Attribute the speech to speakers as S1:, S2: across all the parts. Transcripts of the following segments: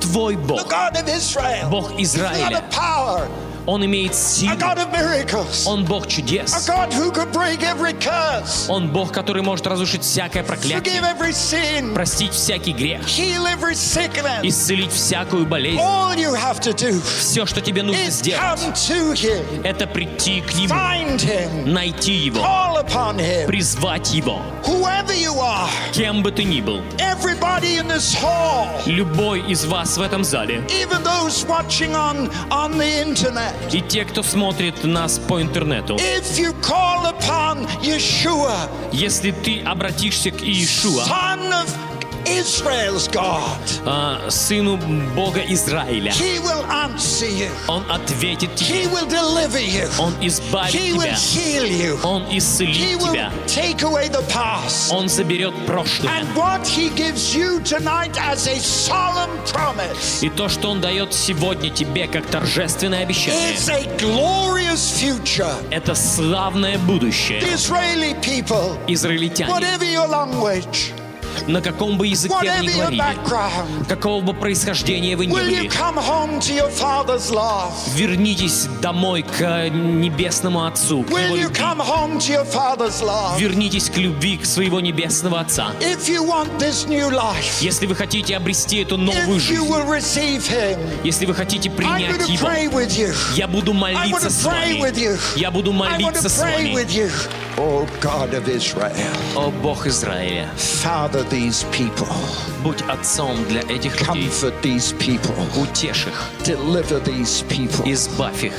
S1: твой Бог, Бог Израиля. Он имеет силу. Он Бог чудес. Он Бог, который может разрушить всякое проклятие, простить всякий грех, исцелить всякую болезнь. Все, что тебе нужно сделать, это прийти к Нему, найти Его, призвать Его. Кем бы ты ни был, любой из вас в этом зале, и те, кто смотрит нас по интернету, если ты обратишься к Иешуа, а, сыну Бога Израиля. Он ответит тебе. Он избавит тебя. Он исцелит тебя. Он заберет прошлое.
S2: А?
S1: И то, что Он дает сегодня тебе, как торжественное обещание, это славное будущее. Израильтяне, на каком бы языке вы ни говорили, какого бы происхождения вы ни были, вернитесь домой к э, Небесному Отцу, к вернитесь к любви к своего Небесного Отца. Если вы хотите обрести эту новую жизнь, если вы хотите принять Его, я буду молиться с вами, я буду молиться с вами.
S2: О, Бог
S1: Израиля,
S2: Father these people.
S1: Будь отцом для этих людей.
S2: Comfort these people.
S1: Утешь их.
S2: Deliver these people.
S1: Избавь их.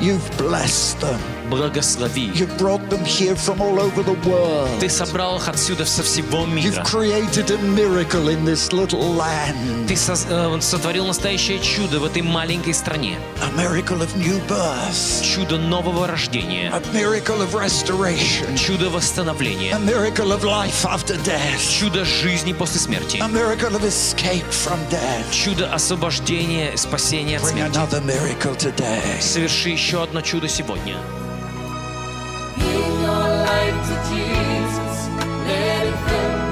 S2: You've blessed them.
S1: Благослови.
S2: You brought them here from all over the world.
S1: Ты собрал их отсюда со всего мира.
S2: You've created a miracle in this little land.
S1: Ты со сотворил настоящее чудо в этой маленькой стране.
S2: A miracle of new birth.
S1: Чудо нового рождения.
S2: A miracle of restoration.
S1: Чудо восстановления.
S2: A miracle of life after death.
S1: Чудо жизни после смерти.
S2: A miracle of escape from death.
S1: Чудо освобождения, спасения от смерти.
S2: Bring another miracle today.
S1: Соверши еще одно чудо сегодня.
S3: Give your life to Jesus. Let it flow.